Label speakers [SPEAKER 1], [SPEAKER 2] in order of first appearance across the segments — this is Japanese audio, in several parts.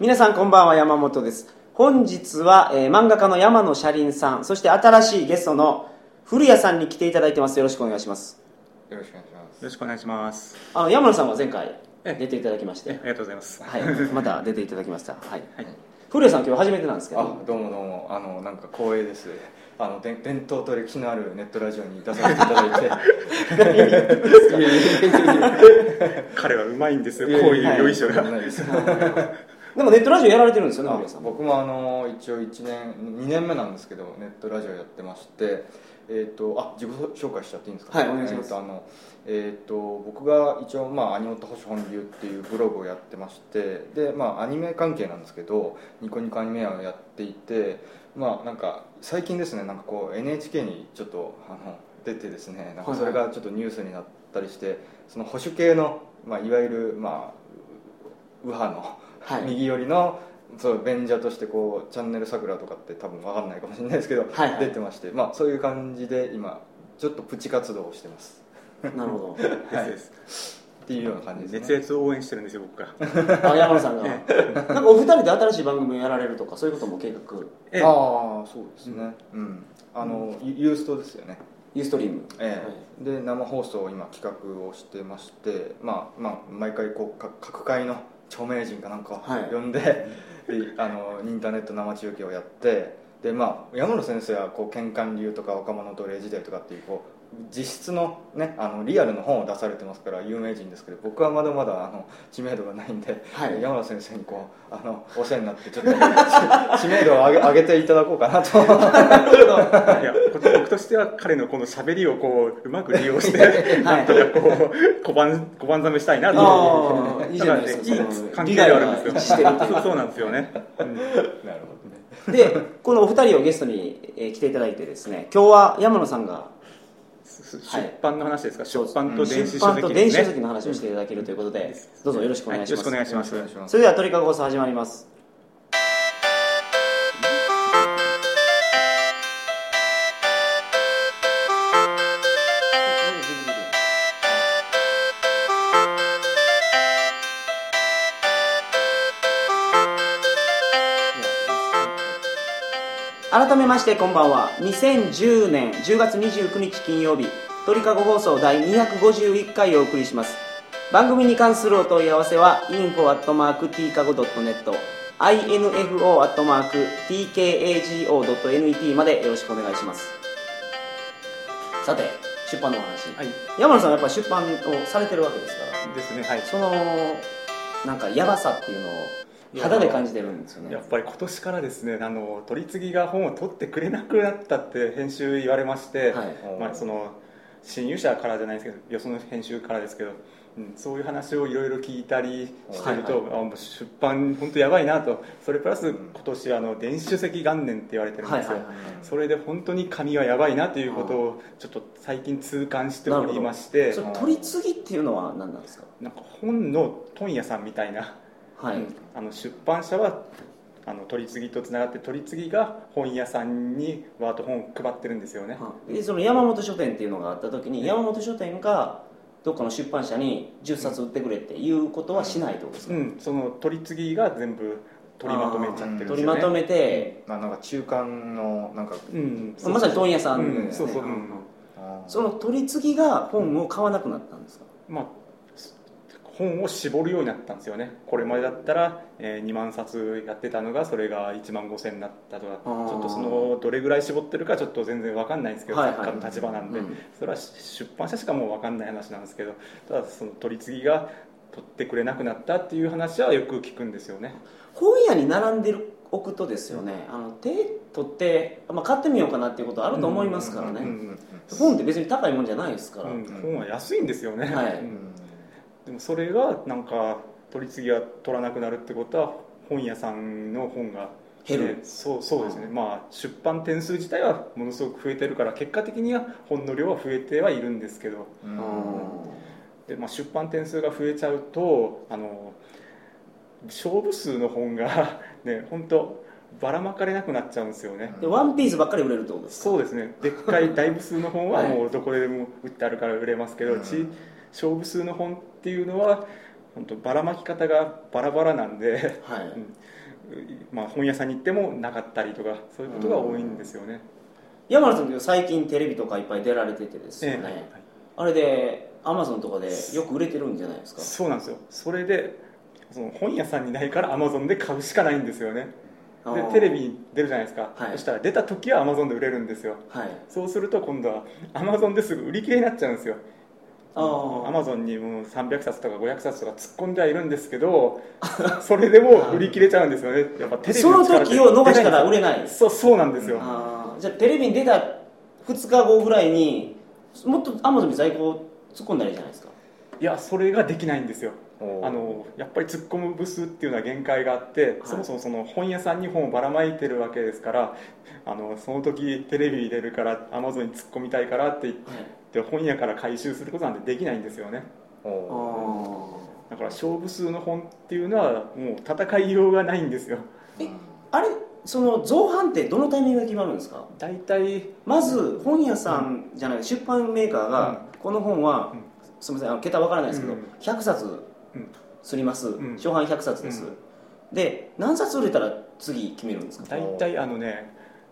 [SPEAKER 1] 皆さんこんばんは山本です本日は、えー漫画家の山野車輪さんそして新しいゲストの古谷さんに来ていただいてますよろしくお願いします
[SPEAKER 2] よろしくお願いします。
[SPEAKER 3] よろしくお願いします。
[SPEAKER 1] あの山野さんは前回
[SPEAKER 3] ええ
[SPEAKER 1] 出ていただきまし
[SPEAKER 3] えあ
[SPEAKER 1] て
[SPEAKER 3] りがとうございます。
[SPEAKER 1] はいまた出ていただきま したはい、
[SPEAKER 3] はい
[SPEAKER 1] 古谷さん今日初めてなんですけど
[SPEAKER 2] あ、どうもどうも、あの、なんか光栄です。あの、で伝統と歴史のあるネットラジオに出させていただいて。 いやいやいやいやいや
[SPEAKER 3] 彼はうまいんですよ。
[SPEAKER 2] いや
[SPEAKER 3] こうい
[SPEAKER 2] は
[SPEAKER 3] う
[SPEAKER 2] い
[SPEAKER 3] よいしょ
[SPEAKER 2] そんな
[SPEAKER 3] が。
[SPEAKER 2] ことないです
[SPEAKER 1] でもネットラジオやられてるんですよね古谷さん
[SPEAKER 2] 僕もあの一応一年2年目なんですけどネットラジオやってましてえっ、とあ自己紹介しちゃっていいんですか
[SPEAKER 1] はいお願いします
[SPEAKER 2] えーとあのえっ、と僕が一応まあアニオタ保守本流っていうブログをやってましてでまあアニメ関係なんですけどニコニコアニメをやっていてまあなんか最近ですねなんかこう NHK にちょっとあの出てですねなんかそれがちょっとニュースになったりしてその保守系のまあいわゆるまあ右派の
[SPEAKER 1] はい
[SPEAKER 2] 右寄りのそうベンジャーとしてこうチャンネル桜とかって多分分かんないかもしれないですけど、
[SPEAKER 1] はいはい
[SPEAKER 2] 出てましてまあそういう感じで今ちょっとプチ活動をしてます
[SPEAKER 1] なるほ
[SPEAKER 3] はいです
[SPEAKER 2] っていうような感じです
[SPEAKER 3] 熱
[SPEAKER 2] ね
[SPEAKER 3] 烈応援してるんですよ、僕が。
[SPEAKER 1] どあ山野さんが
[SPEAKER 3] え
[SPEAKER 1] なんかお二人で新しい番組をやられるとかそういうことも計画
[SPEAKER 3] ええ
[SPEAKER 2] ああそうですねうん、あの、ユユーストですよね
[SPEAKER 1] ユーストリーム、
[SPEAKER 2] ええで生放送を今企画をしてましてまあまあ毎回こうか各界の著名人かなんかを
[SPEAKER 1] はい
[SPEAKER 2] 呼んで,、であのインターネット生中継をやってでまあ山野先生はこう喧嘩流とか若者奴隷時代とかっていうこう実質のねあのリアルの本を出されてますから有名人ですけど僕はまだまだあの知名度がないんで、
[SPEAKER 1] はい
[SPEAKER 2] 山野先生にこうあのお世話になってちょっと知名度を上げ上げていただこうか なと。
[SPEAKER 3] いや、こ僕としては彼のこの喋りをこう、うまく利 用して、なんとかこう、小判、小判ざめしたいなと。
[SPEAKER 1] ああいいじゃないですか
[SPEAKER 3] だからね
[SPEAKER 1] その
[SPEAKER 3] いい関係ではあるんです
[SPEAKER 1] 利害
[SPEAKER 3] よ。
[SPEAKER 1] が一致してるという
[SPEAKER 3] そうそうなんですよね。
[SPEAKER 2] なるほどね
[SPEAKER 1] でこのお二人をゲストにえー来ていただいてですね今日は山野さんが
[SPEAKER 3] す
[SPEAKER 1] はい
[SPEAKER 3] 出版の話ですか、出版
[SPEAKER 2] う
[SPEAKER 3] と
[SPEAKER 2] ん
[SPEAKER 3] 電子
[SPEAKER 1] 出
[SPEAKER 3] 書
[SPEAKER 1] 版と
[SPEAKER 3] 籍
[SPEAKER 1] 電
[SPEAKER 3] です
[SPEAKER 1] 子
[SPEAKER 3] ね。
[SPEAKER 1] 書籍の話をしていただけるということで、どうぞよろしくお願いします、
[SPEAKER 3] はいよろしくお願いし
[SPEAKER 2] よろ
[SPEAKER 3] ま
[SPEAKER 2] しく
[SPEAKER 3] す
[SPEAKER 2] お願いします
[SPEAKER 1] それではトリカゴ放送始まります改めましてこんばんは2010年10月29日金曜日鳥かご放送第251回をお送りします番組に関するお問い合わせは info.tkago.net info.tkago.net までよろしくお願いしますさて出版のお話、
[SPEAKER 3] はい
[SPEAKER 1] 山野さんはやっぱ出版をされてるわけですから
[SPEAKER 3] ですね、はい。
[SPEAKER 1] そのなんかヤバさっていうのを肌で感じてるんですよね
[SPEAKER 3] やっぱり今年からですねあの取り次ぎが本を取ってくれなくなったって編集言われまして、
[SPEAKER 1] はい
[SPEAKER 3] まあ、その新入社からじゃないですけどよその編集からですけど、うん、そういう話をいろいろ聞いたりしてると、
[SPEAKER 1] は
[SPEAKER 3] あもう出版本当やばいなとそれプラス
[SPEAKER 2] うん
[SPEAKER 3] 今年あの電子書籍元年って言われてるんですよ、
[SPEAKER 1] はいはいはい
[SPEAKER 3] それで本当に紙はやばいなということをちょっと最近痛感して
[SPEAKER 1] な
[SPEAKER 3] お
[SPEAKER 1] るほ
[SPEAKER 3] り
[SPEAKER 1] ど
[SPEAKER 3] まして
[SPEAKER 1] それ取り次ぎっていうのは何なんですか
[SPEAKER 3] なんか本の問屋さんみたいな
[SPEAKER 1] はい、
[SPEAKER 3] うんあの出版社はあの取り次ぎとつながって取り次ぎが本屋さんにワート本を配ってるんですよね、
[SPEAKER 1] でその山本書店っていうのがあった時に、山本書店がどっかの出版社に10冊売ってくれっていうことはしないってことですか、
[SPEAKER 3] うん、その取り次ぎが全部取りまとめちゃってるんですよ、ね、
[SPEAKER 1] 取りまとめて、
[SPEAKER 2] まあ、なんか中間のなんか、
[SPEAKER 3] うん
[SPEAKER 1] まあまさに問屋さん
[SPEAKER 3] うん
[SPEAKER 1] ですね、
[SPEAKER 3] そうそううん
[SPEAKER 2] あー
[SPEAKER 1] その取り次ぎが本を買わなくなったんですか、
[SPEAKER 3] まあす本を絞るようになったんですよねこれまでだったら、え2万冊やってたのがそれが1万5千になったとかち
[SPEAKER 1] あー
[SPEAKER 3] ょっとそのどれぐらい絞ってるかちょっと全然わかんないんですけど、
[SPEAKER 1] はいはい
[SPEAKER 3] 作家の立場なんで、
[SPEAKER 1] うん
[SPEAKER 3] それは出版社しかもうわかんない話なんですけどただその取り次ぎが取ってくれなくなったっていう話はよく聞くんですよね
[SPEAKER 1] 本屋に並んでるおくとですよね、あの手取って、まあ、買ってみようかなっていうことあると思いますからね、
[SPEAKER 3] うんうんうん
[SPEAKER 1] 本って別に高いもんじゃないですから、
[SPEAKER 3] うん本は安いんですよね、
[SPEAKER 1] はい
[SPEAKER 3] うんでもそれがなんか取り次ぎが取らなくなるってことは本屋さんの本が
[SPEAKER 1] 減る
[SPEAKER 3] ねそうそうですね、まあ出版点数自体はものすごく増えてるから結果的には本の量は増えてはいるんですけど
[SPEAKER 2] うん
[SPEAKER 1] うん
[SPEAKER 3] で、まあ、出版点数が増えちゃうとあの勝負数の本が ね本当ばらまかれなくなっちゃうんですよね、
[SPEAKER 1] でワンピースばっかり売れるってことですか
[SPEAKER 3] そうですねでっ かい大部数の本は
[SPEAKER 1] はい
[SPEAKER 3] もうどこでも売ってあるから売れますけど、
[SPEAKER 2] うん
[SPEAKER 3] ち勝負数の本っていうのは本当ばらまき方がバラバラなんで、
[SPEAKER 1] は
[SPEAKER 3] う
[SPEAKER 1] い、
[SPEAKER 3] んまあ、本屋さんに行ってもなかったりとかそういうことが多いんですよね。
[SPEAKER 1] 山野さんって最近テレビとかいっぱい出られててですよね、
[SPEAKER 3] ええ
[SPEAKER 1] あれでアマゾンとかでよく売れてるんじゃないですか
[SPEAKER 3] そうなんですよそれでその本屋さんにないからアマゾンで買うしかないんですよね
[SPEAKER 1] あ
[SPEAKER 3] で
[SPEAKER 1] ー
[SPEAKER 3] テレビに出るじゃないですか、
[SPEAKER 1] はい
[SPEAKER 3] そしたら出た時はアマゾンで売れるんですよ
[SPEAKER 1] はい
[SPEAKER 3] そうすると今度はアマゾンですぐ売り切れになっちゃうんですよ
[SPEAKER 1] あー
[SPEAKER 3] アマゾンにもう300冊とか500冊とか突っ込んではいるんです けどそれでも売り切れちゃうんですよねやっぱテレビ
[SPEAKER 1] その時を逃したら売れない
[SPEAKER 3] でかいんですよそうそうなんですよ、
[SPEAKER 1] あーじゃあテレビに出た2日後ぐらいにもっとアマゾンに在庫を突っ込んだらいいじゃないですか
[SPEAKER 3] いやそれができないんですよ
[SPEAKER 2] おー
[SPEAKER 3] あのやっぱり突っ込む部数っていうのは限界があって、そもそもその本屋さんに本をばらまいてるわけですからあのその時テレビに出るからアマゾンに突っ込みたいからって言っ
[SPEAKER 1] はい
[SPEAKER 3] て本屋から回収することなんてできないんですよね
[SPEAKER 1] あ
[SPEAKER 2] お
[SPEAKER 1] ー
[SPEAKER 3] だから勝負数の本っていうのはもう戦いようがないんですよ
[SPEAKER 1] えあれその造反ってどのタイミングで決まるんですか
[SPEAKER 3] 大体
[SPEAKER 1] まず本屋さんじゃない出版メーカーがこの本は、
[SPEAKER 3] うん
[SPEAKER 1] すみませんあの桁わからないですけど、
[SPEAKER 3] うん
[SPEAKER 1] 100冊
[SPEAKER 3] うん
[SPEAKER 1] すります、
[SPEAKER 3] ん
[SPEAKER 1] 初版100冊です、
[SPEAKER 3] うん
[SPEAKER 1] で何冊売れたら次決めるんですか
[SPEAKER 3] 大体あのね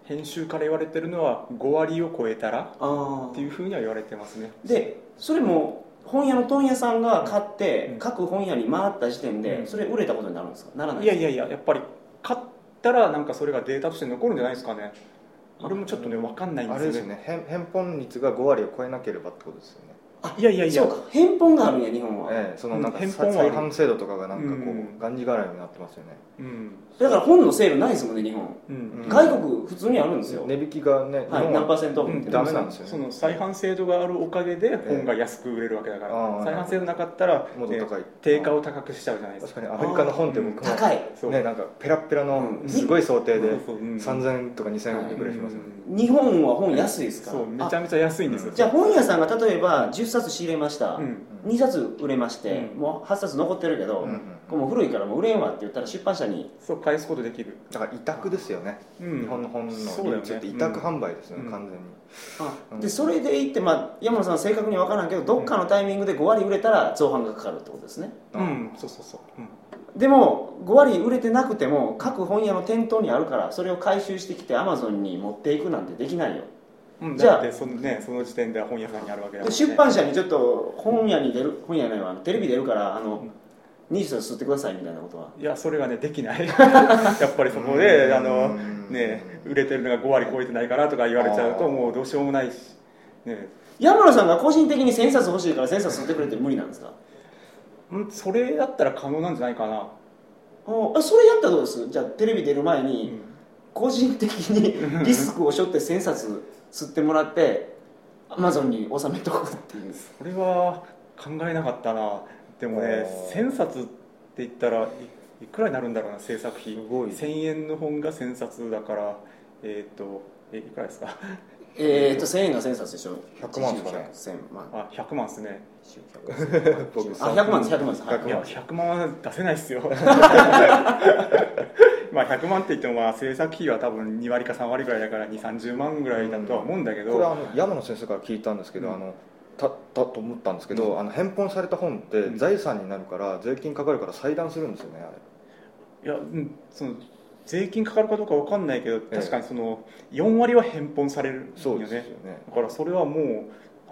[SPEAKER 3] 編集から言われてるのは5割を超えたら
[SPEAKER 1] あ
[SPEAKER 3] っていうふうには言われてますね
[SPEAKER 1] あでそれも本屋の問屋さんが買って、
[SPEAKER 3] うん
[SPEAKER 1] 各本屋に回った時点で、
[SPEAKER 3] うん
[SPEAKER 1] それ売れたことになるんですかならない
[SPEAKER 3] いやいやいややっぱり買ったらなんかそれがデータとして残るんじゃないですかねあれもちょっとね分かんないん
[SPEAKER 2] ーあ
[SPEAKER 3] です
[SPEAKER 2] れ
[SPEAKER 3] よ
[SPEAKER 2] です
[SPEAKER 3] ね
[SPEAKER 2] よね返返本率が5割を超えなければってことですよね
[SPEAKER 3] いやいやいや
[SPEAKER 1] そうか返本があるんや日本は、
[SPEAKER 2] ええそのなんか
[SPEAKER 3] うん
[SPEAKER 2] 再
[SPEAKER 3] 返本はある
[SPEAKER 2] 再販制度とかがなんかこ
[SPEAKER 3] うん
[SPEAKER 2] うがんじがらみになってますよね
[SPEAKER 3] うん
[SPEAKER 1] だから本のセールないですもんね日本、
[SPEAKER 3] うん
[SPEAKER 2] うん
[SPEAKER 1] 外国普通にあるんですよ、
[SPEAKER 2] 値引きがね
[SPEAKER 1] はい、何パーセントオ
[SPEAKER 3] う
[SPEAKER 1] フみ
[SPEAKER 3] ん
[SPEAKER 1] たいな
[SPEAKER 2] ダメなんですよね
[SPEAKER 3] その再販制度があるおかげで本が安く売れるわけだから、
[SPEAKER 2] ええああ
[SPEAKER 3] 再販制度なかったら、
[SPEAKER 2] もっと高い
[SPEAKER 3] 定価を高くしちゃうじゃないです
[SPEAKER 2] 確
[SPEAKER 3] か
[SPEAKER 2] かにアメリカの本って僕も
[SPEAKER 1] 高い
[SPEAKER 3] そう
[SPEAKER 2] ねなんかペラッペラの
[SPEAKER 1] うん
[SPEAKER 2] すごい想定で
[SPEAKER 3] そうそううん
[SPEAKER 2] 3000円とか2000円ぐらいしますよね
[SPEAKER 1] 日本は本安いですから、
[SPEAKER 3] そうめちゃめちゃ安いんですよ
[SPEAKER 1] あじゃあ本屋さんが例えば10冊仕入れました、
[SPEAKER 3] うん
[SPEAKER 1] 2冊売れまして、
[SPEAKER 3] うん
[SPEAKER 1] もう8冊残ってるけど、
[SPEAKER 2] うんうん
[SPEAKER 1] これもう古いからもう売れんわって言ったら出版社に
[SPEAKER 3] そう返すことできる、
[SPEAKER 2] だから委託ですよね
[SPEAKER 3] うん
[SPEAKER 2] 日本の本の
[SPEAKER 3] そうだ
[SPEAKER 2] 流
[SPEAKER 3] よ
[SPEAKER 2] 通
[SPEAKER 3] ね
[SPEAKER 2] って委託販売ですよ
[SPEAKER 3] う
[SPEAKER 2] ね
[SPEAKER 3] ん
[SPEAKER 2] 完全にうん
[SPEAKER 1] でそれでいって、まあ、山野さん正確に分からんけどどっかのタイミングで5割売れたら造反がかかるってことですね
[SPEAKER 3] うん、うんそうそうそう、うん
[SPEAKER 1] でも5割売れてなくても各本屋の店頭にあるからそれを回収してきてアマゾンに持っていくなんてできないよ
[SPEAKER 3] うん、
[SPEAKER 1] じゃあ
[SPEAKER 3] だってその,、ね、その時点では本屋さんにあるわけだ
[SPEAKER 1] で
[SPEAKER 3] から、ね、
[SPEAKER 1] 出版社にちょっと本屋に出る本屋ないわあのテレビ出るからあの20冊吸ってくださいみたいなことはい
[SPEAKER 3] やそれがねできない やっぱりそこで
[SPEAKER 2] うん
[SPEAKER 3] あの、ね、売れてるのが5割超えてないからとか言われちゃう
[SPEAKER 2] あ
[SPEAKER 3] と
[SPEAKER 2] ー
[SPEAKER 3] もうどうしようもないし、ね、
[SPEAKER 1] 山野さんが個人的に1000冊欲しいから1000冊吸ってくれって無理なんですか
[SPEAKER 3] うんそれだったら可能なんじゃないかな、
[SPEAKER 1] あそれやったらどうですじゃあテレビ出る前
[SPEAKER 3] う
[SPEAKER 1] に、
[SPEAKER 3] ん
[SPEAKER 1] 個人的に リスクを背負って1000冊吸ってもらってアマゾンに納めとこうっていう
[SPEAKER 3] それは考えなかったなでもね
[SPEAKER 2] あー
[SPEAKER 3] 1000冊って言ったらいいくらになるんだろうな制作費
[SPEAKER 2] すごい
[SPEAKER 3] 1000円の本が1000冊だからえっ、とえいくらですか
[SPEAKER 1] えー、っと1000円が1000冊でしょ
[SPEAKER 2] 100万ですかね
[SPEAKER 1] 1000万
[SPEAKER 3] あ100万ですね
[SPEAKER 2] 僕
[SPEAKER 1] あ100万です100万です、はい
[SPEAKER 3] いや100万は出せないっす よまあ100万って言ってもまあ制作費は多分2割か3割ぐらいだから2 3 0万ぐらいだとは思うんだけど、
[SPEAKER 2] これあの山野先生から聞いたんですけど、
[SPEAKER 3] うん
[SPEAKER 2] あのたたと思ったんですけど、あの返本された本って
[SPEAKER 3] ん
[SPEAKER 2] 財産になるから税金かかるから裁断するんですよねあれ
[SPEAKER 3] いや、うん、その税金かかるかどうかわかんないけど
[SPEAKER 2] ええ
[SPEAKER 3] 確かにその4割は返本されるんよね
[SPEAKER 2] そうですよね
[SPEAKER 3] だからそれはもう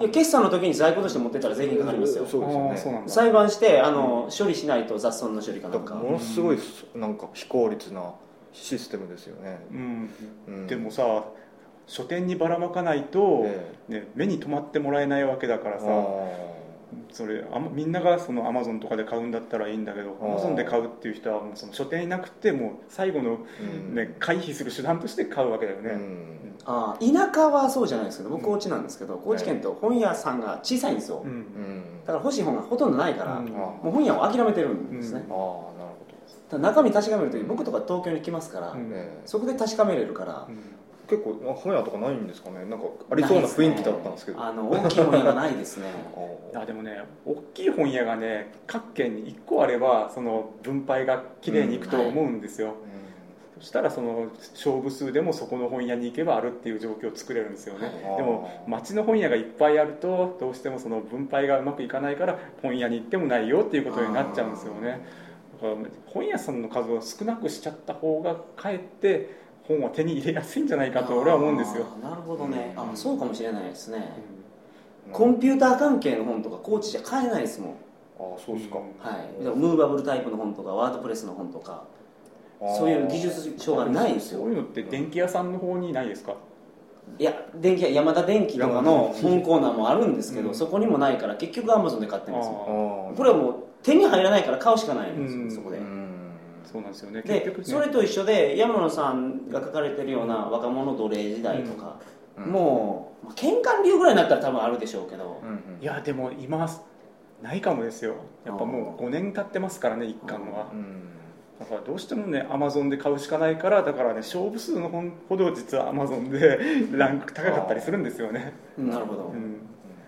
[SPEAKER 1] いや決算の時に在庫として持ってったら税金かかりますよ
[SPEAKER 2] そうですよね
[SPEAKER 3] あーそうなんだ
[SPEAKER 1] 裁判してあの、処理しないと雑損の処理か
[SPEAKER 2] だ
[SPEAKER 1] な
[SPEAKER 2] か
[SPEAKER 1] ん
[SPEAKER 2] ら
[SPEAKER 1] か
[SPEAKER 2] ものすごいなんか非効率なシステムですよね、
[SPEAKER 3] うん、
[SPEAKER 2] うん
[SPEAKER 3] でもさ書店にばらまかないと、
[SPEAKER 2] え
[SPEAKER 3] ね、目に留まってもらえないわけだか
[SPEAKER 2] え
[SPEAKER 3] らさ
[SPEAKER 2] あ
[SPEAKER 3] それあんまみんながそのアマゾンとかで買うんだったらいいんだけど
[SPEAKER 2] あ
[SPEAKER 3] ア
[SPEAKER 2] ー
[SPEAKER 3] マゾンで買うっていう人はもうその書店いなくてもう最後の、
[SPEAKER 2] ーうん
[SPEAKER 3] ね回避する手段として買うわけだよ
[SPEAKER 2] う
[SPEAKER 3] ね、
[SPEAKER 2] ん
[SPEAKER 1] あー田舎はそうじゃないですけど僕高知なんですけど、高知県って本屋さんが小さいんですよ、
[SPEAKER 3] うん
[SPEAKER 2] うん
[SPEAKER 1] だ
[SPEAKER 2] あ
[SPEAKER 1] から欲しい本がほとんどないから、
[SPEAKER 3] うん
[SPEAKER 1] もう本屋を諦めてるんですね、
[SPEAKER 3] うん
[SPEAKER 2] あなるほど、
[SPEAKER 1] ただ中身確かめるとき僕とか東京に来ますから、
[SPEAKER 3] うん
[SPEAKER 2] ええ
[SPEAKER 1] そこで確かめれるから、
[SPEAKER 2] 結構まあ本屋とかないんですかねなんかありそうな雰囲気だったんですけど
[SPEAKER 1] あの大きい本屋がないですね
[SPEAKER 2] あ
[SPEAKER 3] あでもね大きい本屋がね各県に1個あればその分配がきれいにいくと思うんですよ、
[SPEAKER 2] ー
[SPEAKER 3] そしたらその勝負数でもそこの本屋に行けばあるっていう状況を作れるんですよね、
[SPEAKER 1] は
[SPEAKER 3] でも町の本屋がいっぱいあるとどうしてもその分配がうまくいかないから本屋に行ってもないよっていうことになっちゃうんですよねだから本屋さんの数を少なくしちゃった方がかえって本は手に入れやすいんじゃないかと俺は思うんですよ、
[SPEAKER 1] あーなるほどね、
[SPEAKER 2] う
[SPEAKER 1] あ
[SPEAKER 2] ん
[SPEAKER 1] そうかもしれないですね、
[SPEAKER 2] うん
[SPEAKER 1] コンピューター関係の本とか高知じゃ買えないですもん、
[SPEAKER 2] ああそうですか、
[SPEAKER 3] うん
[SPEAKER 1] はい、だからムーバブルタイプの本とかワードプレスの本とか
[SPEAKER 2] ああ
[SPEAKER 1] そういう技術書がないんです
[SPEAKER 3] そう
[SPEAKER 1] よ
[SPEAKER 3] いうのって電気屋さんの方にないですか
[SPEAKER 1] いや電気屋ヤマダ電機とかの本コーナーもあるんですけど、
[SPEAKER 3] うん
[SPEAKER 1] そこにもないから結局アマゾンで買ってるんですよ
[SPEAKER 2] ああ
[SPEAKER 1] これはもう手に入らないから買うしかないんですよ、
[SPEAKER 3] うん
[SPEAKER 1] そこ
[SPEAKER 2] う
[SPEAKER 1] で、
[SPEAKER 2] ん
[SPEAKER 3] そうなんですよね結
[SPEAKER 1] で
[SPEAKER 3] 局ね
[SPEAKER 1] それと一緒で山野さんが書かれてるような若者奴隷時代とか、
[SPEAKER 2] うん
[SPEAKER 1] もうまあ喧嘩流ぐらいになったら多分あるでしょうけど、
[SPEAKER 2] うんうん
[SPEAKER 3] いやでも今ないかもですよやっぱもう5年経ってますからね一巻は
[SPEAKER 2] うん
[SPEAKER 3] だからどうしてもねアマゾンで買うしかないからだからね勝負数の本ほど実はアマゾンで ランク高かったりするんですよね、
[SPEAKER 1] なるほど、
[SPEAKER 3] うん、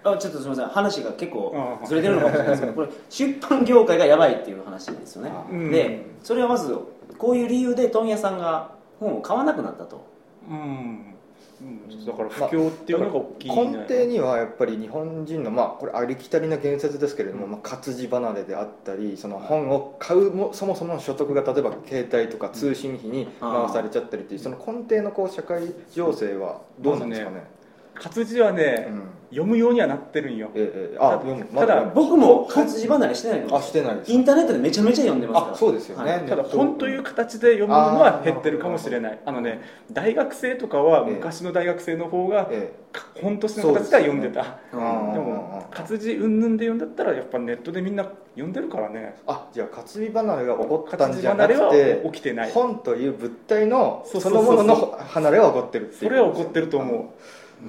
[SPEAKER 1] あちょっとすみません話が結構
[SPEAKER 3] ああ
[SPEAKER 1] ずれてるのかもしれないですけどこれ出版業界がやばいっていう話なんですよね
[SPEAKER 2] あ
[SPEAKER 3] うん
[SPEAKER 1] でそれはまずこういう理由で問屋さんが本を買わなくなったと
[SPEAKER 3] うんうん、だから不況っていうのが大きいんじゃない
[SPEAKER 2] 根底にはやっぱり日本人のまあこれありきたりな言説ですけれども、まあ、活字離れであったりその本を買うもそもそもの所得が例えば携帯とか通信費に回されちゃったりっていうその根底のこう社会情勢はどうなんですかね。
[SPEAKER 3] 活字はね、
[SPEAKER 2] うん
[SPEAKER 3] 読むようにはなってるんよ
[SPEAKER 2] ええええあ
[SPEAKER 3] た
[SPEAKER 2] 読む
[SPEAKER 3] ただ
[SPEAKER 2] ま
[SPEAKER 1] 僕も活字離れしてないの
[SPEAKER 2] あしてないです
[SPEAKER 1] インターネットでめちゃめちゃ読んでますから
[SPEAKER 2] あそうですよね、
[SPEAKER 1] はい
[SPEAKER 3] ただ本という形で読むのは減ってるかもしれないあのね大学生とかは
[SPEAKER 2] ええ
[SPEAKER 3] 昔の大学生の方が
[SPEAKER 2] え
[SPEAKER 3] 本としての形では読んでた、
[SPEAKER 1] う
[SPEAKER 2] あ
[SPEAKER 1] ん
[SPEAKER 2] ー
[SPEAKER 3] でも活字云々で読んだったらやっぱネットでみんな読んでるからね
[SPEAKER 2] えあじゃあ活字離れが起こったん
[SPEAKER 3] 活字
[SPEAKER 2] じゃな
[SPEAKER 3] 離れ
[SPEAKER 2] く
[SPEAKER 3] は
[SPEAKER 2] て
[SPEAKER 3] 起きてない
[SPEAKER 2] 本という物体の
[SPEAKER 3] そう
[SPEAKER 2] そ
[SPEAKER 3] そうそ
[SPEAKER 2] の
[SPEAKER 3] う
[SPEAKER 2] も
[SPEAKER 3] そう
[SPEAKER 2] のの離れは起こってるってい
[SPEAKER 3] そうれは起こってると思
[SPEAKER 2] うん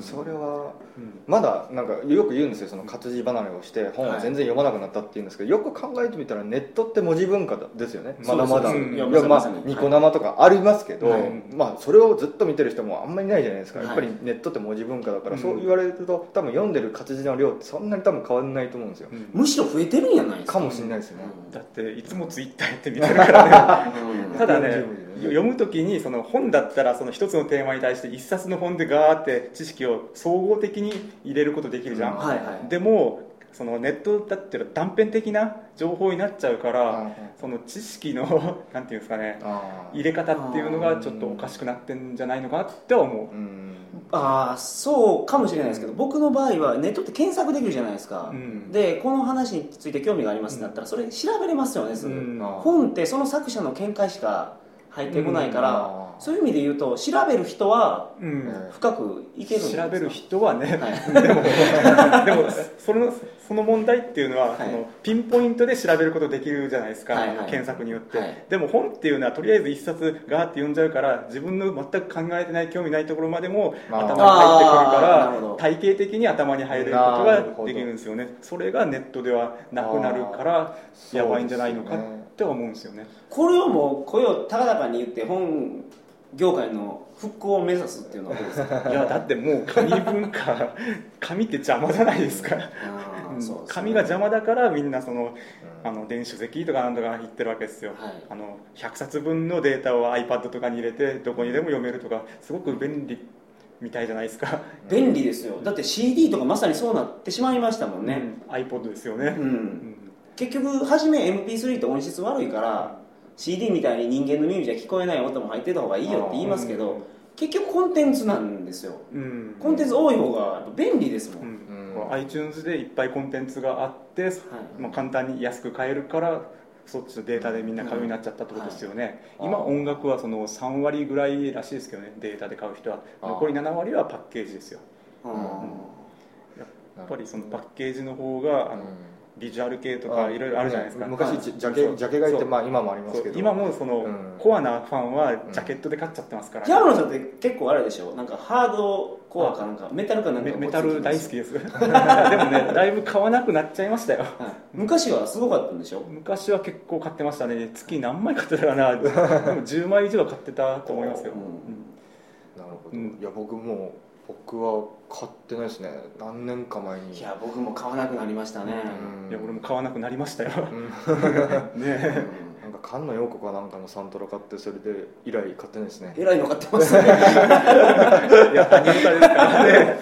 [SPEAKER 2] それは
[SPEAKER 3] う、うん
[SPEAKER 2] まだなんかよく言うんですよその活字離れをして本を全然読まなくなったっていうんですけど、よく考えてみたらネットって文字文化ですよねまだまだ
[SPEAKER 3] そうそうそう
[SPEAKER 2] い
[SPEAKER 3] い
[SPEAKER 2] や
[SPEAKER 3] や
[SPEAKER 2] まあニコ生とかありますけど、
[SPEAKER 3] はい
[SPEAKER 2] まあそれをずっと見てる人もあんまりいないじゃないですか、
[SPEAKER 1] はい
[SPEAKER 2] やっぱりネットって文字文化だから、
[SPEAKER 3] うん
[SPEAKER 2] そう言われると多分読んでる活字の量ってそんなに多分変わんないと思うんですよ、
[SPEAKER 3] うん
[SPEAKER 1] むしろ増えてるんじゃないです
[SPEAKER 2] か
[SPEAKER 1] か
[SPEAKER 2] もしれないですね、
[SPEAKER 3] だっていつもツイッターやって見てるからね
[SPEAKER 1] うん
[SPEAKER 3] ただね
[SPEAKER 2] うん
[SPEAKER 3] 読む時にその本だったらその一つのテーマに対して一冊の本でガーって知識を総合的に入れることできるじゃん、
[SPEAKER 1] はいはい
[SPEAKER 3] でもそのネットだったら断片的な情報になっちゃうから、
[SPEAKER 2] あ
[SPEAKER 3] その知識の なんていうんですかね
[SPEAKER 2] あ
[SPEAKER 3] 入れ方っていうのがちょっとおかしくなってんじゃないのかなって思
[SPEAKER 2] うん
[SPEAKER 1] ああそうかもしれないですけど僕の場合はネットって検索できるじゃないですか
[SPEAKER 3] う、うん
[SPEAKER 1] でこの話について興味がありますってなったらそれ調べれますよねすぐ、
[SPEAKER 3] うん
[SPEAKER 2] あ
[SPEAKER 1] 本ってその作者の見解しか入ってこないから、
[SPEAKER 2] あー
[SPEAKER 1] そういう意味で言うと調べる人は
[SPEAKER 3] うん
[SPEAKER 2] え
[SPEAKER 1] 深くいけるんですか
[SPEAKER 3] 調べる人はね、
[SPEAKER 1] はい
[SPEAKER 3] でも そのその問題っていうのは、
[SPEAKER 1] はい
[SPEAKER 3] そのピンポイントで調べることできるじゃないですか、
[SPEAKER 1] はいはい
[SPEAKER 3] 検索によって、
[SPEAKER 1] はい
[SPEAKER 3] でも本っていうのはとりあえず一冊ガーって読んじゃうから自分の全く考えてない興味ないところまでも
[SPEAKER 2] あー
[SPEAKER 3] 頭に入ってくる
[SPEAKER 1] あーなるほ
[SPEAKER 3] か
[SPEAKER 1] ど
[SPEAKER 3] ら体系的に頭に入れるこ
[SPEAKER 2] なるほ
[SPEAKER 3] と
[SPEAKER 2] ど
[SPEAKER 3] ができるんですよねそれがネットではなくなるからやばいんじゃないのかって思うんですよね
[SPEAKER 1] これをもう声を高々に言って本業界の復興を目指すっていうのはどうですか
[SPEAKER 3] いやだってもう紙文化 紙って邪魔じゃないですか、
[SPEAKER 1] あ
[SPEAKER 3] う
[SPEAKER 1] ー
[SPEAKER 3] ん
[SPEAKER 1] そうですね
[SPEAKER 3] 紙が邪魔だからみんなその
[SPEAKER 2] うん
[SPEAKER 3] あの電子書籍とかなんとか言ってるわけですよ、
[SPEAKER 1] はい
[SPEAKER 3] あの100冊分のデータを iPad とかに入れてどこにでも読めるとかすごく便利みたいじゃないですか、
[SPEAKER 1] 便利ですよだって CD とかまさにそうなってしまいましたもんね、
[SPEAKER 3] うん iPod ですよ
[SPEAKER 1] う
[SPEAKER 3] ね、
[SPEAKER 1] ん
[SPEAKER 3] うん
[SPEAKER 1] 結局初め MP3 って音質悪いから CD みたいに人間の耳じゃ聞こえない音も入ってた方がいいよって言いますけど、結局コンテンツなんですよ
[SPEAKER 3] うん
[SPEAKER 1] コンテンツ多い方がやっぱ便利ですもん、
[SPEAKER 3] うん
[SPEAKER 2] うん
[SPEAKER 3] こう iTunes でいっぱいコンテンツがあって、まあ、簡単に安く買えるからそっちのデータでみんな買うようになっちゃったってことですよね、
[SPEAKER 2] うんはい
[SPEAKER 3] 今
[SPEAKER 2] あー
[SPEAKER 3] 音楽はその3割ぐらいらしいですけどねデータで買う人は
[SPEAKER 2] あー
[SPEAKER 3] 残り7割はパッケージですよ
[SPEAKER 1] う
[SPEAKER 3] やっぱりそのパッケージの方があのビジュアル系と
[SPEAKER 2] あ
[SPEAKER 3] かいろいろあるじゃないですか、
[SPEAKER 2] ね昔ジャジャ
[SPEAKER 3] そ
[SPEAKER 2] ケ
[SPEAKER 3] う
[SPEAKER 2] ジャケ買いって
[SPEAKER 3] そう
[SPEAKER 2] まあ今もありますけ
[SPEAKER 3] そう
[SPEAKER 2] ど
[SPEAKER 3] 今もその、
[SPEAKER 2] うん
[SPEAKER 3] コアなファンはジャケットで買っちゃってますから、
[SPEAKER 1] ん、山野さんって結構あれでしょなんかハードコアかなんかメタルかなんか
[SPEAKER 3] メ
[SPEAKER 1] こう
[SPEAKER 3] メタル大好き
[SPEAKER 1] ついて
[SPEAKER 3] ですでもねだいぶ買わなくなっちゃいましたよ
[SPEAKER 1] ます、はい昔はすごかったんでしょ
[SPEAKER 3] 昔は結構買ってましたね月何枚買ってたかなでも10枚以上は買ってたと思いますよ、
[SPEAKER 1] うん
[SPEAKER 2] なるほ
[SPEAKER 3] う
[SPEAKER 2] ど
[SPEAKER 3] ん
[SPEAKER 2] いや僕も僕は買ってないですね何年か前に
[SPEAKER 1] いや僕も買わなくなりましたね、
[SPEAKER 2] うん
[SPEAKER 3] いや俺も買わなくなりましたよ ね
[SPEAKER 2] うん
[SPEAKER 3] え
[SPEAKER 1] うん
[SPEAKER 2] なんか菅野陽子かなんかのサントラ買ってそれで以来買ってないですね
[SPEAKER 1] えらいの買ってますね
[SPEAKER 3] いやアニメ化ですからね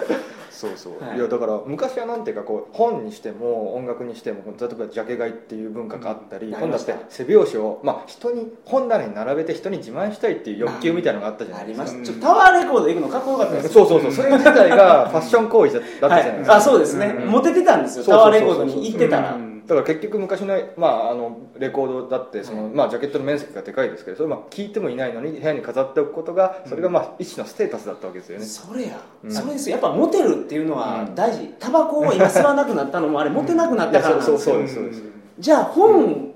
[SPEAKER 2] そうそう、
[SPEAKER 1] はい
[SPEAKER 2] い、やだから昔はなんていうかこう本にしても音楽にしても例えばジャケ買いっていう文化があったり、
[SPEAKER 1] うん
[SPEAKER 2] 今度だって背表紙を、まあ、人に本棚に並べて人に自慢したいっていう欲求みたいなのがあったじゃな
[SPEAKER 1] あ
[SPEAKER 2] いで
[SPEAKER 1] り
[SPEAKER 2] すか、
[SPEAKER 1] ましたちょっとタワーレコード行くのかっこよかったです
[SPEAKER 2] そうそうそうそれ自体がファッション行為だった
[SPEAKER 1] は
[SPEAKER 2] じゃないで
[SPEAKER 1] い
[SPEAKER 2] すか、
[SPEAKER 1] あそうですね
[SPEAKER 2] うん
[SPEAKER 1] モテてたんですよ
[SPEAKER 2] そう
[SPEAKER 1] タ
[SPEAKER 2] そう
[SPEAKER 1] ワーレ
[SPEAKER 2] そうそ
[SPEAKER 1] コ
[SPEAKER 2] う
[SPEAKER 1] ードに行ってたら
[SPEAKER 3] うん
[SPEAKER 2] だから結局昔の,、まあ、あのレコードだってその、
[SPEAKER 1] はい
[SPEAKER 2] まあ、ジャケットの面積がでかいですけどそれまあ聞いてもいないのに部屋に飾っておくことがそれがまあ一種のステータスだったわけですよね、
[SPEAKER 1] それや
[SPEAKER 2] うん
[SPEAKER 1] それですよやっぱモテるっていうのは
[SPEAKER 2] うん
[SPEAKER 1] 大事タバコを今吸わなくなったのもあれモテなくなったからなんです
[SPEAKER 2] そう
[SPEAKER 1] よ
[SPEAKER 2] ですそうです
[SPEAKER 1] じゃあ本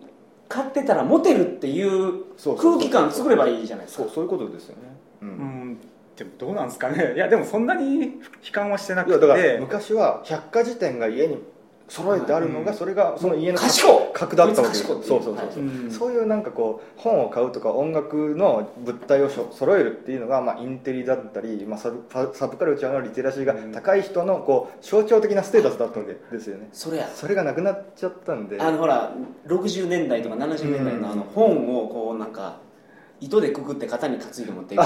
[SPEAKER 1] 買ってたらモテるっていう
[SPEAKER 2] そうそう
[SPEAKER 1] 空気感作ればいいじゃないですか
[SPEAKER 2] そうそういうことですよね、う
[SPEAKER 3] うんんでもどうなんですかねいやでもそんなに悲観はしてないく
[SPEAKER 2] やだから
[SPEAKER 3] て
[SPEAKER 2] 昔は百科事典が家に揃えてあるのが
[SPEAKER 3] うん
[SPEAKER 2] それがその家の
[SPEAKER 1] 賢い
[SPEAKER 2] 格だったわけです
[SPEAKER 1] 賢いっていう
[SPEAKER 2] そうそうそうそう、
[SPEAKER 3] うん
[SPEAKER 2] そういうなんかこう本を買うとか音楽の物体をしょ揃えるっていうのが、まあ、インテリだったり、まあ、サブパサブカルチャーのリテラシーが高い人のこう象徴的なステータスだったわけですよね
[SPEAKER 1] それや
[SPEAKER 2] それがなくなっちゃったんで
[SPEAKER 1] あのほら60年代とか70年代のあの
[SPEAKER 2] うん
[SPEAKER 1] 本をこうなんか糸でくくって肩に担いで持っていく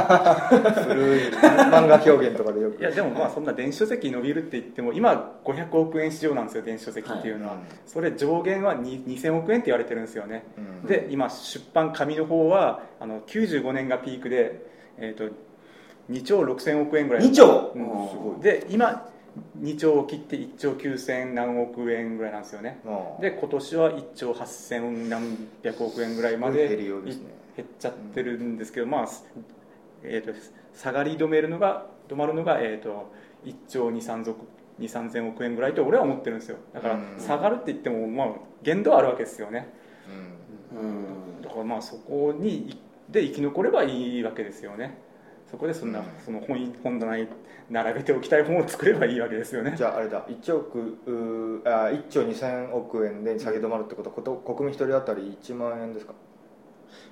[SPEAKER 2] 古い漫画表現とかでよく
[SPEAKER 3] いやでもまあそんな電子書籍に伸びるって言っても今500億円市場なんですよ電子書籍っていうのは、
[SPEAKER 2] はい
[SPEAKER 3] それ上限はに2000億円って言われてるんですよね
[SPEAKER 2] うん
[SPEAKER 3] で今出版紙の方はあの95年がピークで、えー、と2兆6000億円ぐらい
[SPEAKER 1] 2丁、
[SPEAKER 3] うん
[SPEAKER 1] もう
[SPEAKER 2] すごい
[SPEAKER 3] で今2兆を切って1兆9000何億円ぐらいなんですよね
[SPEAKER 2] まあ
[SPEAKER 3] で今年は1兆8000何百億円ぐらいま
[SPEAKER 2] すごい減
[SPEAKER 3] で
[SPEAKER 2] りようですね
[SPEAKER 3] い減っちゃってるんですけど、まあ、すえー、と下がり止めるのが止まるのが、えー、と1兆23000億円ぐらいと俺は思ってるんですよだか
[SPEAKER 2] う
[SPEAKER 3] ら
[SPEAKER 2] ん
[SPEAKER 3] 下がるって言っても、まあ、限度はあるわけですよね
[SPEAKER 2] うん
[SPEAKER 1] うん
[SPEAKER 3] だからまあそこにいで生き残ればいいわけですよねそこでそんな、
[SPEAKER 2] うん
[SPEAKER 3] その本本棚に並べておきたい本を作ればいいわけですよね
[SPEAKER 2] じゃああれだ1億うーあ1兆2000億円で下げ止まるってことこと国民一人当たり1万円ですか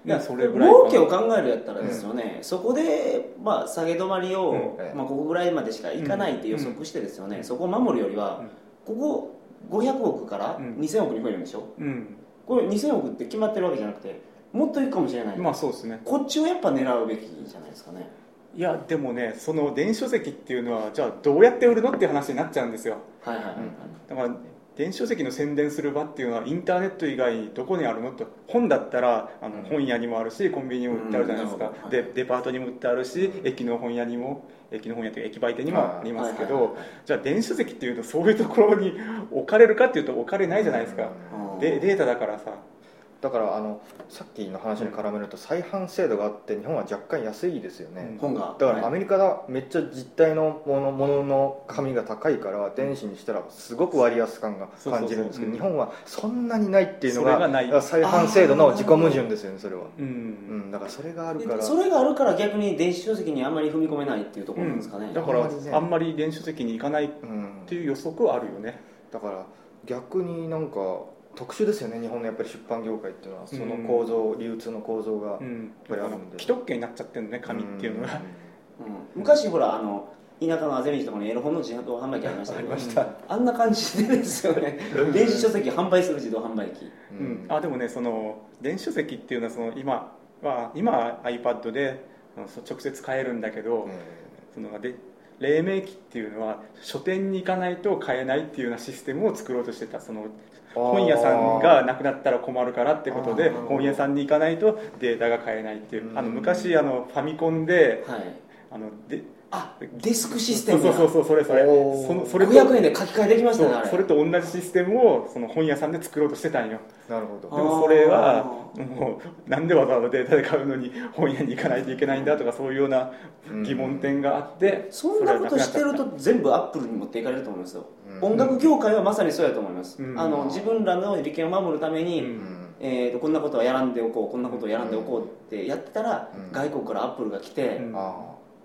[SPEAKER 1] いや
[SPEAKER 3] ねそれぐらいかな
[SPEAKER 1] 儲けを考えるやったらですよね、そこで、まあ、下げ止まりを、
[SPEAKER 2] うん
[SPEAKER 1] まあ、ここぐらいまでしかいかないって予測してですよね、そこを守るよりは、ここ500億から
[SPEAKER 3] うん
[SPEAKER 1] 2000億に増えるんでしょ、
[SPEAKER 3] うん
[SPEAKER 1] これ2000億って決まってるわけじゃなくてもっといくかもしれない、
[SPEAKER 3] まあそうですね
[SPEAKER 1] こっちをやっぱ狙うべきじゃないですかね
[SPEAKER 3] いやでもねその電子書籍っていうのはじゃあどうやって売るのっていう話になっちゃうんですよ
[SPEAKER 1] はいはいはい、
[SPEAKER 2] うん
[SPEAKER 3] だから電子書籍の宣伝する場っていうのはインターネット以外にどこにあるのと本だったらあ
[SPEAKER 2] う
[SPEAKER 3] の
[SPEAKER 2] ん
[SPEAKER 3] 本屋にもあるしコンビニにも売ってあるじゃないです
[SPEAKER 1] う
[SPEAKER 3] か
[SPEAKER 1] んなるほ、ど
[SPEAKER 3] で
[SPEAKER 1] は
[SPEAKER 3] デパートにも売ってあるし駅の本屋にも駅の本屋というか駅売店にもありますけど、
[SPEAKER 1] はいはいはい
[SPEAKER 3] じゃあ電子書籍っていうとそういうところに置かれるかっていうと置かれないじゃないですか、
[SPEAKER 1] うん
[SPEAKER 3] でデータだからさ
[SPEAKER 2] だからあのさっきの話に絡めると再販制度があって日本は若干安いですよね、
[SPEAKER 1] 本が
[SPEAKER 2] だからア
[SPEAKER 1] はい
[SPEAKER 2] メリカがめっちゃ実体のものものの紙が高いから電子にしたらすごく割安感が感じるんですけど
[SPEAKER 3] そうそうそううん
[SPEAKER 2] 日本はそんなにないっていうの
[SPEAKER 3] それ
[SPEAKER 2] が
[SPEAKER 3] がない
[SPEAKER 2] 再販制度の自己矛盾ですよねそれは、
[SPEAKER 3] うん、
[SPEAKER 2] うん、だからそれがあるから
[SPEAKER 1] でそれがあるから逆に電子書籍にあんまり踏み込めないっていうところなんですかね、
[SPEAKER 3] だから
[SPEAKER 2] あんまりね
[SPEAKER 3] あんまり電子書籍に行かないっ
[SPEAKER 2] うん
[SPEAKER 3] ていう予測はあるよね
[SPEAKER 2] だから逆になんか特殊ですよね日本のやっぱり出版業界っていうのはその構造、流通の構造が、
[SPEAKER 3] うん
[SPEAKER 2] これあるんで
[SPEAKER 3] 既得権になっちゃってるのね紙っていうのが、
[SPEAKER 1] うん昔ほらあの田舎のあぜ道とかにエロ本の自動販売機ありましたけど
[SPEAKER 3] ありました
[SPEAKER 1] あんな感じでですよね電子書籍販売する自動販売機
[SPEAKER 2] うん
[SPEAKER 3] うんあでもねその電子書籍っていうのはその今は今は iPad であのそ直接買えるんだけど、
[SPEAKER 2] え
[SPEAKER 3] そので黎明期っていうのは書店に行かないと買えないっていうようなシステムを作ろうとしてたそ
[SPEAKER 2] ー
[SPEAKER 3] の本屋さんがなくなったら困るからってことで
[SPEAKER 2] あー
[SPEAKER 3] 本屋さんに行かないとデータが買えないっていう
[SPEAKER 2] うん
[SPEAKER 3] あの昔あのファミコンで
[SPEAKER 1] はい
[SPEAKER 3] あので
[SPEAKER 1] あデスクシステム
[SPEAKER 3] そう
[SPEAKER 1] だ
[SPEAKER 3] そうそうそれそれ
[SPEAKER 2] おー
[SPEAKER 3] そのそれと
[SPEAKER 1] 500円で書き換えできました
[SPEAKER 3] そ
[SPEAKER 1] ねあ
[SPEAKER 3] う
[SPEAKER 1] れ
[SPEAKER 3] それと同じシステムをその本屋さんで作ろうとしてたんよ
[SPEAKER 2] なるほ
[SPEAKER 3] で
[SPEAKER 2] ど
[SPEAKER 3] もそれは
[SPEAKER 1] あ
[SPEAKER 3] もうなんでわざわざデータで買うのに本屋に行かないといけないんだとかそういうような疑問点があって
[SPEAKER 1] そんなことしてる
[SPEAKER 3] それはなくなっちゃっ
[SPEAKER 1] と全部アップルに持っていかれると思いますよ、
[SPEAKER 2] うん
[SPEAKER 1] 音楽業界はまさにそうやと思います、
[SPEAKER 3] うん
[SPEAKER 1] あの自分らの利権を守るために、
[SPEAKER 3] うん
[SPEAKER 2] うん
[SPEAKER 1] えー、とこんなことはやらんでおこうこんなことをやらんでおこうってやってたら、
[SPEAKER 2] うん
[SPEAKER 1] 外国からアップルが来て、
[SPEAKER 3] うん
[SPEAKER 2] あ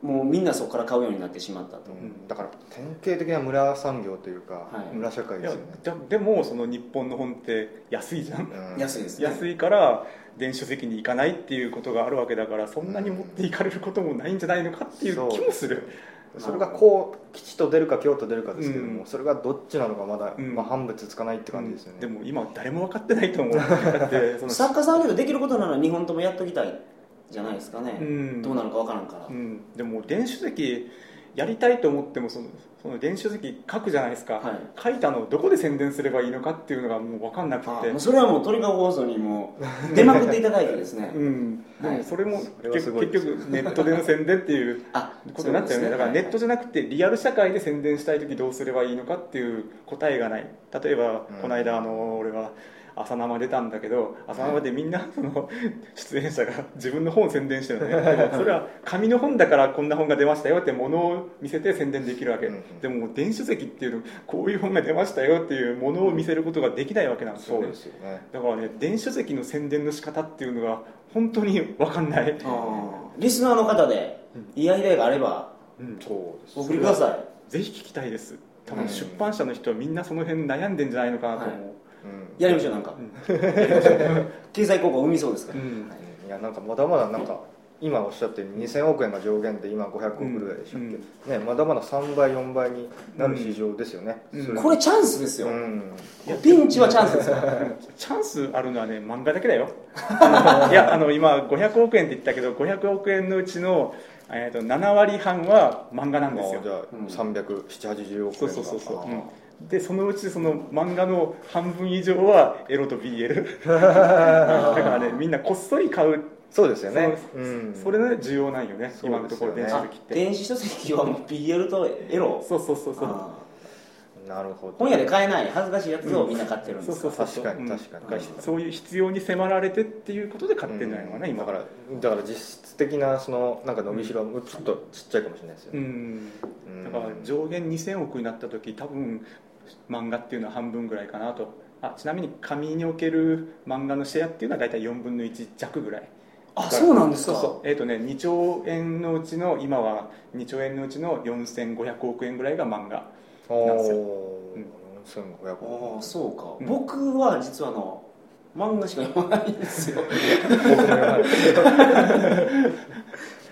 [SPEAKER 1] もうみんなそこから買うようになってしまった
[SPEAKER 2] ー
[SPEAKER 1] と、
[SPEAKER 2] うんだから典型的な村産業というか、
[SPEAKER 1] はい
[SPEAKER 2] 村社会
[SPEAKER 3] い
[SPEAKER 2] で
[SPEAKER 3] や
[SPEAKER 2] すよね
[SPEAKER 3] だでもその日本の本って安いじゃん
[SPEAKER 2] うん
[SPEAKER 1] 安いですね
[SPEAKER 3] 安いから電子書籍に行かないっていうことがあるわけだからそんなに持っていかれることもないんじゃないのかっていう気もする
[SPEAKER 2] それがこう吉と出るか凶と出るかですけども、
[SPEAKER 3] うん
[SPEAKER 2] それがどっちなのかまだ、
[SPEAKER 3] うん
[SPEAKER 2] まあ、判別つかないって感じですよね、
[SPEAKER 3] でも今誰も分かってないと思うだってその
[SPEAKER 1] 作家さんでもできることなら2本ともやっときたいじゃないですかね、
[SPEAKER 3] うん
[SPEAKER 1] どうなのかわからんから、
[SPEAKER 3] うん、でも電子書籍やりたいと思ってもそのその電子書籍書くじゃないですか、
[SPEAKER 1] はい
[SPEAKER 3] 書いたのをどこで宣伝すればいいのかっていうのがもう分かんなく
[SPEAKER 1] あ
[SPEAKER 3] て
[SPEAKER 1] もうそれはもうトリガー放送にもう出まくっていただいてですね、
[SPEAKER 3] うん、で
[SPEAKER 1] は
[SPEAKER 3] も
[SPEAKER 1] い
[SPEAKER 3] それも
[SPEAKER 2] それはす
[SPEAKER 3] 結
[SPEAKER 2] ごい
[SPEAKER 3] 局
[SPEAKER 2] です
[SPEAKER 3] 結局ネットでの宣伝っていう
[SPEAKER 1] あ
[SPEAKER 3] ことになっちゃうよねだからネットじゃなくてリアル社会で宣伝したい時どうすればいいのかっていう答えがない例えば
[SPEAKER 2] うん
[SPEAKER 3] この間あの俺は朝生出たんだけど朝生でみんなその出演者が自分の本を宣伝してるのねでもそれは紙の本だからこんな本が出ましたよってものを見せて宣伝できるわけ
[SPEAKER 2] うんうん
[SPEAKER 3] でも電子書籍っていうのこういう本が出ましたよっていうものを見せることができないわけなんですよ
[SPEAKER 2] そう
[SPEAKER 3] ね
[SPEAKER 2] ですよね
[SPEAKER 3] だからね電子書籍の宣伝の仕方っていうのが本当に分かんない、
[SPEAKER 1] あーリスナーの方でいやいやがあれば
[SPEAKER 3] うん
[SPEAKER 2] そうです
[SPEAKER 1] お送りください
[SPEAKER 3] ぜひ聞きたいです多
[SPEAKER 2] う
[SPEAKER 3] 分
[SPEAKER 2] ん
[SPEAKER 3] 出版社の人はみんなその辺悩んでんじゃないのかなと思う、
[SPEAKER 2] うん
[SPEAKER 1] やりましょうなんか、 経済効果を生みそうですから、
[SPEAKER 3] うん
[SPEAKER 2] うんいやなんかまだまだなんか今おっしゃってる2000億円が上限で今500億ぐらいでしたっけ、
[SPEAKER 3] うん
[SPEAKER 2] ね、まだまだ3倍4倍になる市場ですよね、
[SPEAKER 3] うん
[SPEAKER 2] それ
[SPEAKER 1] これチャンスですよ、
[SPEAKER 2] うん
[SPEAKER 1] ピンチはチャンスですから
[SPEAKER 3] チャンスあるのはね漫画だけだ よいやあの今500億円って言ったけど500億円のうちの、えー、と7割半は漫画なんです
[SPEAKER 2] あ
[SPEAKER 3] よ
[SPEAKER 2] じゃあ
[SPEAKER 1] うん
[SPEAKER 2] 3780億円が
[SPEAKER 3] そうそうそうそう
[SPEAKER 2] あ
[SPEAKER 3] うんでそのうちその漫画の半分以上はエロ と BL だからねみんなこっそり買う
[SPEAKER 2] そうですよね
[SPEAKER 3] そう
[SPEAKER 2] うん
[SPEAKER 3] それが重要なんよね、
[SPEAKER 2] そうですよね
[SPEAKER 3] 今のところ電子書
[SPEAKER 1] あ
[SPEAKER 3] 籍って
[SPEAKER 1] 電子書籍はもう BL とエロ
[SPEAKER 3] そうそうそうそう
[SPEAKER 1] あー
[SPEAKER 2] なるほど
[SPEAKER 1] 本屋で買えない恥ずかしいやつをみんな買ってるんで
[SPEAKER 3] そう
[SPEAKER 1] すか
[SPEAKER 3] そうそうそう
[SPEAKER 2] 確かに
[SPEAKER 3] うん
[SPEAKER 2] 確かに
[SPEAKER 3] だらそういう必要に迫られてっていうことで買ってんじゃないのかな、
[SPEAKER 2] うん
[SPEAKER 3] 今
[SPEAKER 2] だからだから実質的なそのなんか伸びしろはもうちょっとちっちゃいかもしれないですよ
[SPEAKER 3] う
[SPEAKER 2] ね、
[SPEAKER 3] ん
[SPEAKER 2] うん
[SPEAKER 3] だから上限2000億になった時多分漫画っていうのは半分ぐらいかなとあちなみに紙における漫画のシェアっていうのは大体4分の1弱ぐらい
[SPEAKER 1] あそうなんですか
[SPEAKER 3] そうそうえっ、とね2兆円のうちの今は2兆円のうちの4500億円ぐらいが漫画なんですよ
[SPEAKER 2] お
[SPEAKER 3] うん
[SPEAKER 2] ー4500億
[SPEAKER 1] ああそうか、
[SPEAKER 3] うん
[SPEAKER 1] 僕は実はあの漫画しか読まないんです よ
[SPEAKER 2] 僕もやばい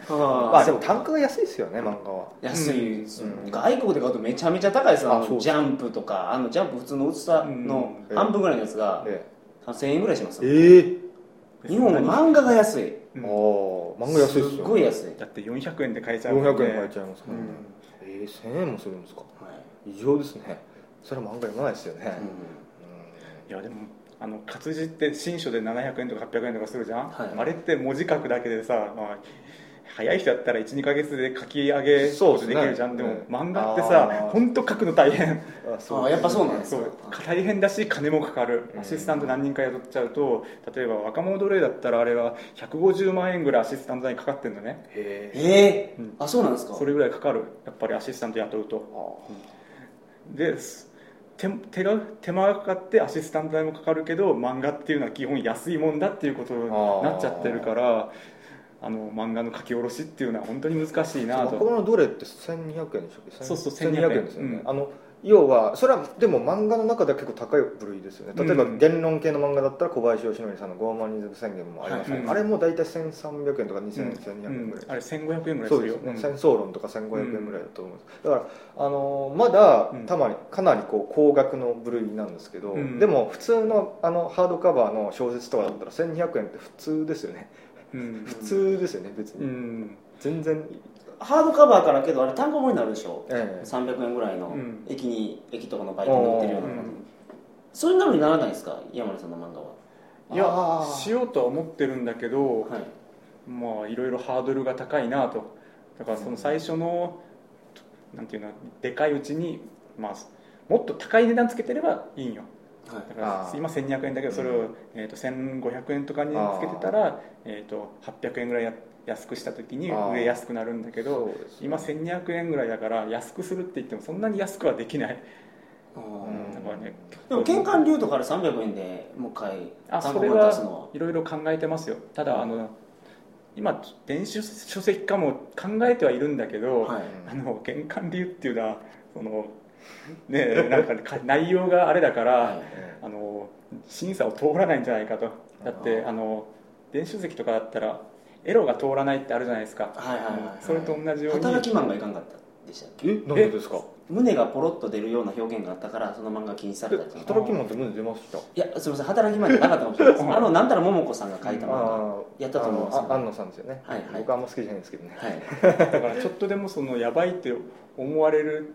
[SPEAKER 2] ま
[SPEAKER 1] あ
[SPEAKER 2] あでも単価が安いですよね漫画は
[SPEAKER 1] 安いです、
[SPEAKER 2] うん
[SPEAKER 1] 外国で買うとめちゃめちゃ高いですよあの
[SPEAKER 2] あそう
[SPEAKER 1] ジャンプとかあのジャンプ普通の薄さの
[SPEAKER 2] うん
[SPEAKER 1] 半分ぐらいのやつが
[SPEAKER 2] で
[SPEAKER 1] 3000円ぐらいしますよ
[SPEAKER 2] ええ
[SPEAKER 1] 日本は漫画が安い
[SPEAKER 3] うん
[SPEAKER 2] お漫画安いですよ、
[SPEAKER 1] すっごい安い、
[SPEAKER 3] だって400円で買えちゃうもん
[SPEAKER 2] 400
[SPEAKER 3] ね
[SPEAKER 2] 円買えちゃいますからね、えー、1000円もするんですか
[SPEAKER 1] はい
[SPEAKER 2] 異常ですねそれは漫画読まないですよね、
[SPEAKER 3] いやでもあの活字って新書で700円とか800円とかするじゃん、
[SPEAKER 1] はい
[SPEAKER 3] あれって文字書くだけでさ、まあ、早い人だったら12か月で書き上げ
[SPEAKER 2] そうですね
[SPEAKER 3] できるじゃんでも、
[SPEAKER 2] うん
[SPEAKER 3] 漫画って
[SPEAKER 2] あ
[SPEAKER 3] さ
[SPEAKER 2] ー
[SPEAKER 3] 本当書くの大変
[SPEAKER 2] うんあ
[SPEAKER 1] ああやっぱそうなんです
[SPEAKER 3] そ
[SPEAKER 1] か
[SPEAKER 3] う大変だし金もかかる
[SPEAKER 2] うん
[SPEAKER 3] アシスタント何人か雇っちゃうと例えば若者奴隷だったらあれは150万円ぐらいアシスタント代かかってるのね
[SPEAKER 2] へ
[SPEAKER 1] え
[SPEAKER 2] え
[SPEAKER 1] ー
[SPEAKER 3] うん
[SPEAKER 1] あそうなんですか
[SPEAKER 3] それぐらいかかるやっぱりアシスタント雇うとです手手が手間がかかってアシスタント代もかかるけど漫画っていうのは基本安いもんだっていうことになっちゃってるからあの漫画の書き下ろしっていうのは本当に難しいな
[SPEAKER 2] 若
[SPEAKER 3] と
[SPEAKER 2] 者どれって1200円でしたっけ
[SPEAKER 3] そうそう
[SPEAKER 2] 1200
[SPEAKER 3] 1200
[SPEAKER 2] 円ですよね、
[SPEAKER 3] うん
[SPEAKER 2] あの要はそれはでも漫画の中では結構高い部類ですよね例えば
[SPEAKER 3] うん
[SPEAKER 2] 言論系の漫画だったら小林よしのりさんの「傲慢リズム宣言」もありますね、
[SPEAKER 3] はい
[SPEAKER 2] あれも大体1300円とか2000円、1200
[SPEAKER 3] う
[SPEAKER 2] 円
[SPEAKER 3] ん
[SPEAKER 2] ぐらい、
[SPEAKER 3] あれ1500円ぐら
[SPEAKER 2] そ
[SPEAKER 3] いす
[SPEAKER 2] う
[SPEAKER 3] る
[SPEAKER 2] で
[SPEAKER 3] よ
[SPEAKER 2] すね、
[SPEAKER 3] うん
[SPEAKER 2] 戦争論とか1500円ぐらいだと思うんです、だから、あのーまだ
[SPEAKER 3] うん
[SPEAKER 2] たまにかなりこう高額の部類なんですけど、
[SPEAKER 3] うん
[SPEAKER 2] でも普通のあのハードカバーの小説とかだったら1200円って普通ですよね
[SPEAKER 3] うん
[SPEAKER 2] 普通ですよね別に、
[SPEAKER 3] うん
[SPEAKER 2] 全然、
[SPEAKER 1] ハードカバーからけどあれ単行本になるでしょ
[SPEAKER 2] ええ
[SPEAKER 1] 300円ぐらいの
[SPEAKER 3] うん
[SPEAKER 1] 駅に、駅とかのバイトに乗ってるような、
[SPEAKER 3] うん
[SPEAKER 1] それなのにならないですか山根さんの漫画は、
[SPEAKER 3] いや
[SPEAKER 2] あー
[SPEAKER 3] しようとは思ってるんだけど、
[SPEAKER 1] はい、
[SPEAKER 3] まあいろいろハードルが高いなとだからその最初の、なんていうのでかいうちに、まあ、もっと高い値段つけてればいいんよ
[SPEAKER 1] はい
[SPEAKER 3] だから
[SPEAKER 2] あー
[SPEAKER 3] 今1200円だけどそれを、
[SPEAKER 2] うん
[SPEAKER 3] えー、と1500円とかにつけてたら、えー、と800円ぐらいや安くした時に
[SPEAKER 2] あー
[SPEAKER 3] 上安くなるんだけど
[SPEAKER 2] そうですね
[SPEAKER 3] 今1200円ぐらいだから安くするって言ってもそんなに安くはできない、
[SPEAKER 1] あ
[SPEAKER 2] うん
[SPEAKER 1] ー
[SPEAKER 3] だからね
[SPEAKER 1] でも玄関流とから300円でもう一回
[SPEAKER 3] あ
[SPEAKER 1] 単
[SPEAKER 3] そ
[SPEAKER 1] 行
[SPEAKER 3] れ
[SPEAKER 1] 本出すのは
[SPEAKER 3] はいろいろ考えてますよただあの今電子書籍化も考えてはいるんだけど、
[SPEAKER 1] はい
[SPEAKER 3] あの玄関流っていうのはそのねえなんかか内容があれだから、
[SPEAKER 1] はい
[SPEAKER 2] え
[SPEAKER 3] あの審査を通らないんじゃないかとだって
[SPEAKER 1] あー
[SPEAKER 3] あの電子書籍とかだったらエロが通らないってあるじゃないですか、
[SPEAKER 1] はいはいはい
[SPEAKER 3] それと同じように
[SPEAKER 1] 働きマンがいかんかったでしたっけ
[SPEAKER 2] えなんでですか
[SPEAKER 1] 胸がポロッと出るような表現があったからその漫画禁止されたって
[SPEAKER 2] え
[SPEAKER 1] いう
[SPEAKER 2] 働き者って胸出ました
[SPEAKER 1] いやすみません働き前じゃなかったかもしれないです あのなんたら桃子さんが書いた漫画
[SPEAKER 2] あー
[SPEAKER 1] やったと思います
[SPEAKER 2] あのあ安野さんですよね、
[SPEAKER 1] はいはい
[SPEAKER 2] 僕あんま好きじゃないんですけどね
[SPEAKER 1] はい
[SPEAKER 3] だからちょっとでもそのやばいって思われる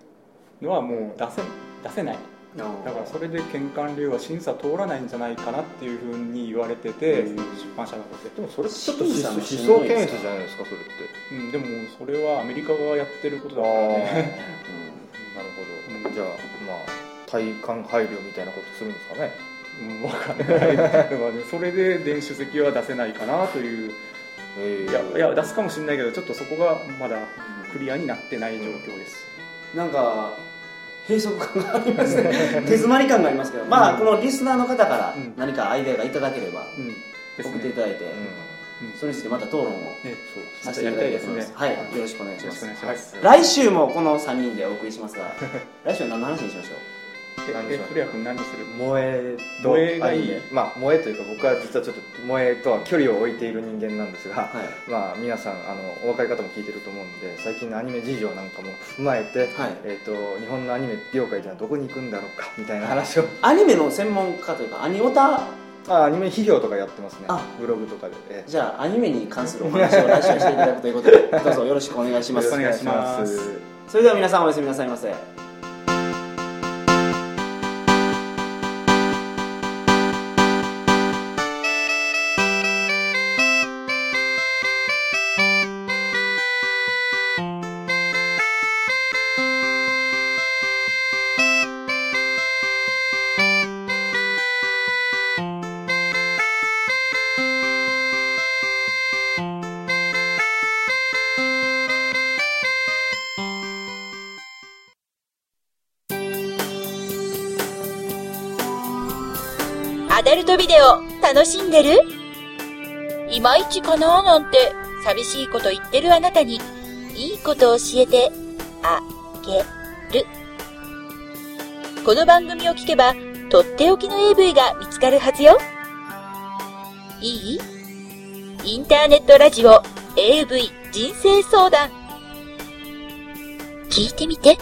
[SPEAKER 3] のはもう出せ出せないだからそれで玄関流は審査通らないんじゃないかなっていうふうに言われてて
[SPEAKER 2] うん
[SPEAKER 3] 出版社の方で
[SPEAKER 2] でもそれちょっと思
[SPEAKER 1] 審査
[SPEAKER 2] 想
[SPEAKER 1] の
[SPEAKER 2] 思
[SPEAKER 1] しんどいで
[SPEAKER 2] 想
[SPEAKER 1] すか
[SPEAKER 2] 検閲じゃないですかそれって
[SPEAKER 3] うんでもそれはアメリカがやってることだから
[SPEAKER 2] あ
[SPEAKER 3] ね
[SPEAKER 2] なるほど、
[SPEAKER 3] うん
[SPEAKER 2] じゃあまあ体感配慮みたいなことするんですかね
[SPEAKER 3] うん、わかんないだから、ね、それで電子書籍は出せないかなという
[SPEAKER 2] え
[SPEAKER 3] い
[SPEAKER 2] ー
[SPEAKER 3] やいや出すかもしれないけどちょっとそこがまだクリアになってない状況です、
[SPEAKER 1] うんなんか閉塞感があり ますね手詰まり感がありますけどまあこのリスナーの方から
[SPEAKER 3] うん
[SPEAKER 1] 何かアイデアがいただければ
[SPEAKER 3] うんです
[SPEAKER 1] 送ってい
[SPEAKER 3] ね
[SPEAKER 1] ただいて
[SPEAKER 2] うん
[SPEAKER 3] うん
[SPEAKER 1] それについてまた討論を
[SPEAKER 3] え
[SPEAKER 2] そうです
[SPEAKER 1] させていただきたいと思います
[SPEAKER 3] また
[SPEAKER 1] はい
[SPEAKER 3] やりたい
[SPEAKER 1] よろ
[SPEAKER 3] ですね
[SPEAKER 1] しくお願いし
[SPEAKER 3] よ
[SPEAKER 1] ま
[SPEAKER 3] ろしく
[SPEAKER 1] す
[SPEAKER 3] お願いします
[SPEAKER 1] 来週もこの3人でお送りしますが 来週は何の話にしましょう
[SPEAKER 3] え
[SPEAKER 2] 何で
[SPEAKER 3] え
[SPEAKER 2] しょう
[SPEAKER 3] 古谷君何する
[SPEAKER 2] 萌えと
[SPEAKER 3] 萌えがいい
[SPEAKER 2] アニメまあ萌えというか僕は実はちょっと萌えとは距離を置いている人間なんですが、
[SPEAKER 1] はい
[SPEAKER 2] まあ皆さんあのお分かり方も聞いてると思うんで最近のアニメ事情なんかも踏まえて、
[SPEAKER 1] はい
[SPEAKER 2] えー、と日本のアニメ業界ではどこに行くんだろうかみたいな話を
[SPEAKER 1] アニメの専門家というかアニオタ
[SPEAKER 2] あアニメ批評とかやってますね
[SPEAKER 1] あ
[SPEAKER 2] ブログとかで、え
[SPEAKER 1] じゃあアニメに関するお話を来週はしていただくということ でどうぞよろしくお願いし
[SPEAKER 2] え
[SPEAKER 1] ます
[SPEAKER 3] よろしくお願いします
[SPEAKER 2] よろしくお願いしま
[SPEAKER 1] それでは皆さんおやすみなさいませ
[SPEAKER 4] アダルトビデオ楽しんでるいまいちかなーなんて寂しいこと言ってるあなたにいいこと教えてあげる。この番組を聞けばとっておきの AV が見つかるはずよ。いいインターネットラジオ AV 人生相談。聞いてみて。